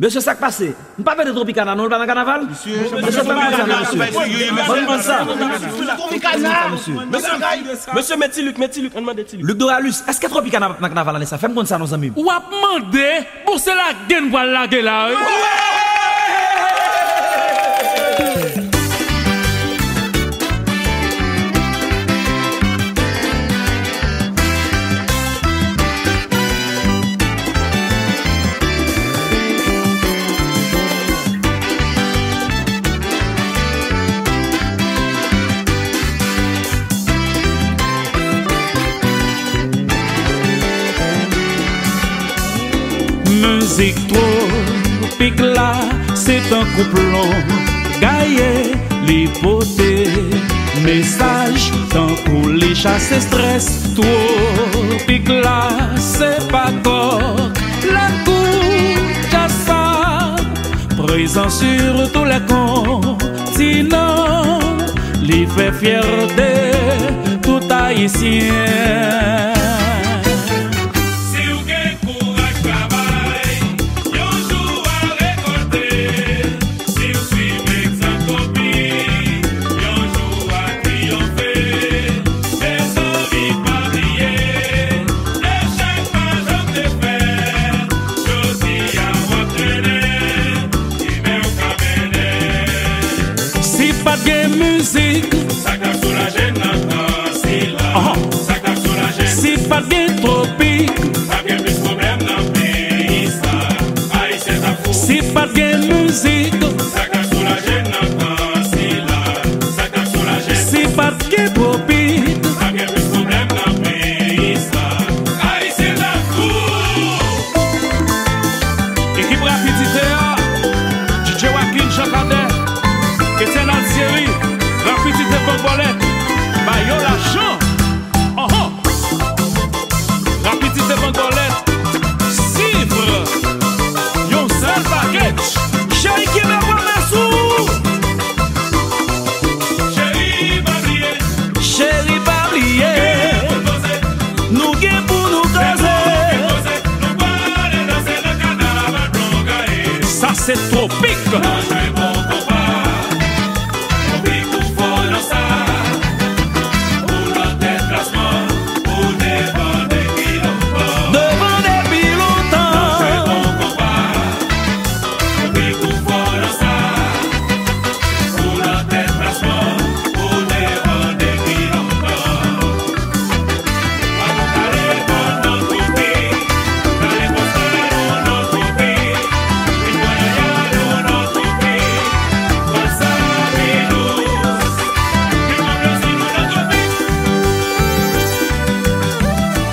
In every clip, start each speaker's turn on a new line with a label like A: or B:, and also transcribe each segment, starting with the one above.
A: Monsieur, ça qui passe, nous pas de Tropicana, non, pas dans le carnaval Monsieur,
B: Monsieur,
A: pas de
B: Tropicana,
A: monsieur.
B: monsieur.
A: Bonne bonne ça.
B: Monsieur, mettez Luc, mettez Luc, on demande Luc.
A: Luc Doralus, est-ce que Tropicana va dans le carnaval l'année ça Fais-moi comme ça, nos amis.
C: Ou ap mande pou se la gen pou al lage la e. Muzik tropik la, se tan kouplon Gaye li pote, mesaj tan kou li chase stres Tropik la, se pa kok, la kou chasa Prezan sur tou la kontinan Li fe fierde, tout haisyen
D: Si ou gen kouraj travay, yonjou a rekolte. Si ou suiv l'exemple kopi, yonjou a triyonfe. E zami pa riye, e chak pa jok te fer. Jodi a wap trene, ime ou kamene.
C: Si pa gen muzik
D: Sak tak soulaje nan kansila,
C: Aha.
D: sak tak soulaje nan
C: Si pa gen tropik,
D: Pas gen plus problem nan peyi sa Aisyen sa fou
C: si pa gen muzik,
D: Sa ka soulaje nan pansi la Sa ka soulaje
C: si pa gen popit,
D: Pas gen plus problem nan peyi sa Aisyen sa fou
C: ekip rapidite a, DJ Wakin Chakade, Etienne Alzieri, rapidite Bombolet, Bayo la Oh, chan, oho, rapidite Bombolet, Sivre, yon sel paket, chéri ki me wamasou,
D: Chéri babliye
C: chéri
D: Gen
C: pabliye,
D: pou kose
C: nou gen pou nou kaze,
D: Gen kose Nou pale danse nan kadava blon gae
C: Ça c'est tropique
D: Nan chay bon kompa Ou pi kou fo nan sa Ou nan tet plasman Ou devan de kilon pa
C: Devant depuis longtemps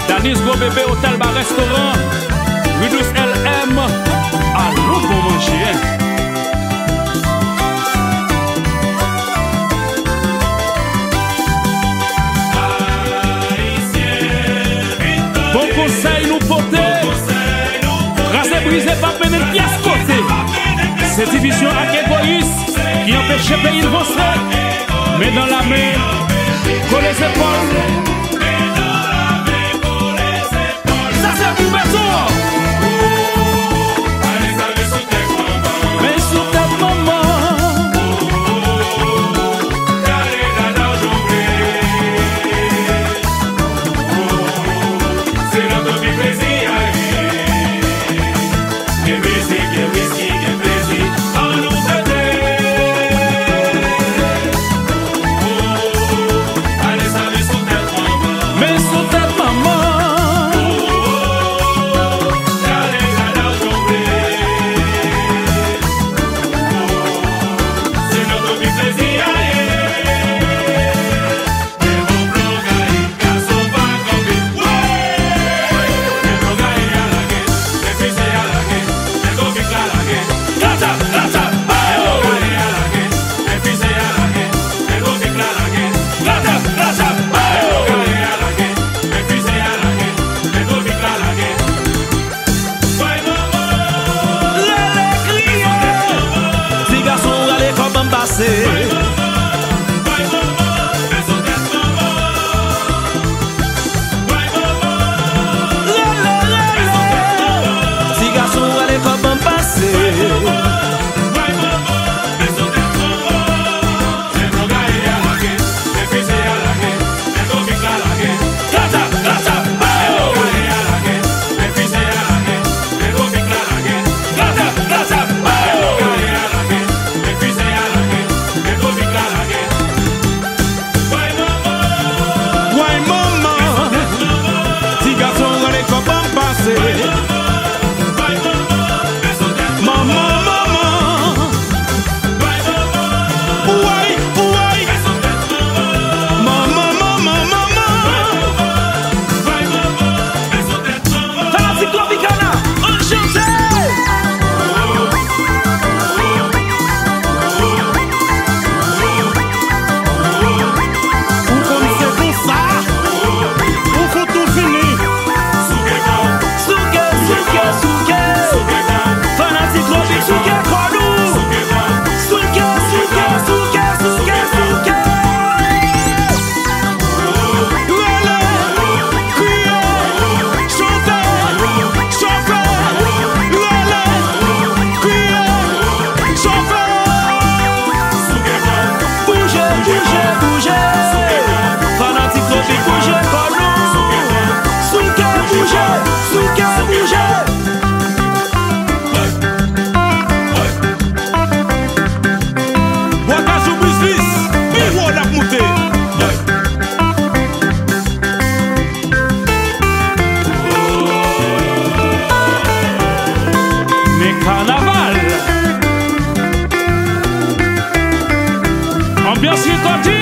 C: Danis Gros Bébé Hôtel Bar Restaurant Rudus LM Allons pour manger Bon conseil nous porter Rasé brisé par Pénel Pias côté C'est division à égoïste Qui empêchait pays de avancer Mais dans la main Collez les épaules Ça c'est pour maison Mais sous ta maman, mais sous ta maman,
A: Ti gason rale kom an base
D: um
A: Ti gason rale kom an base
C: mais carnaval. Ambiance est tendue.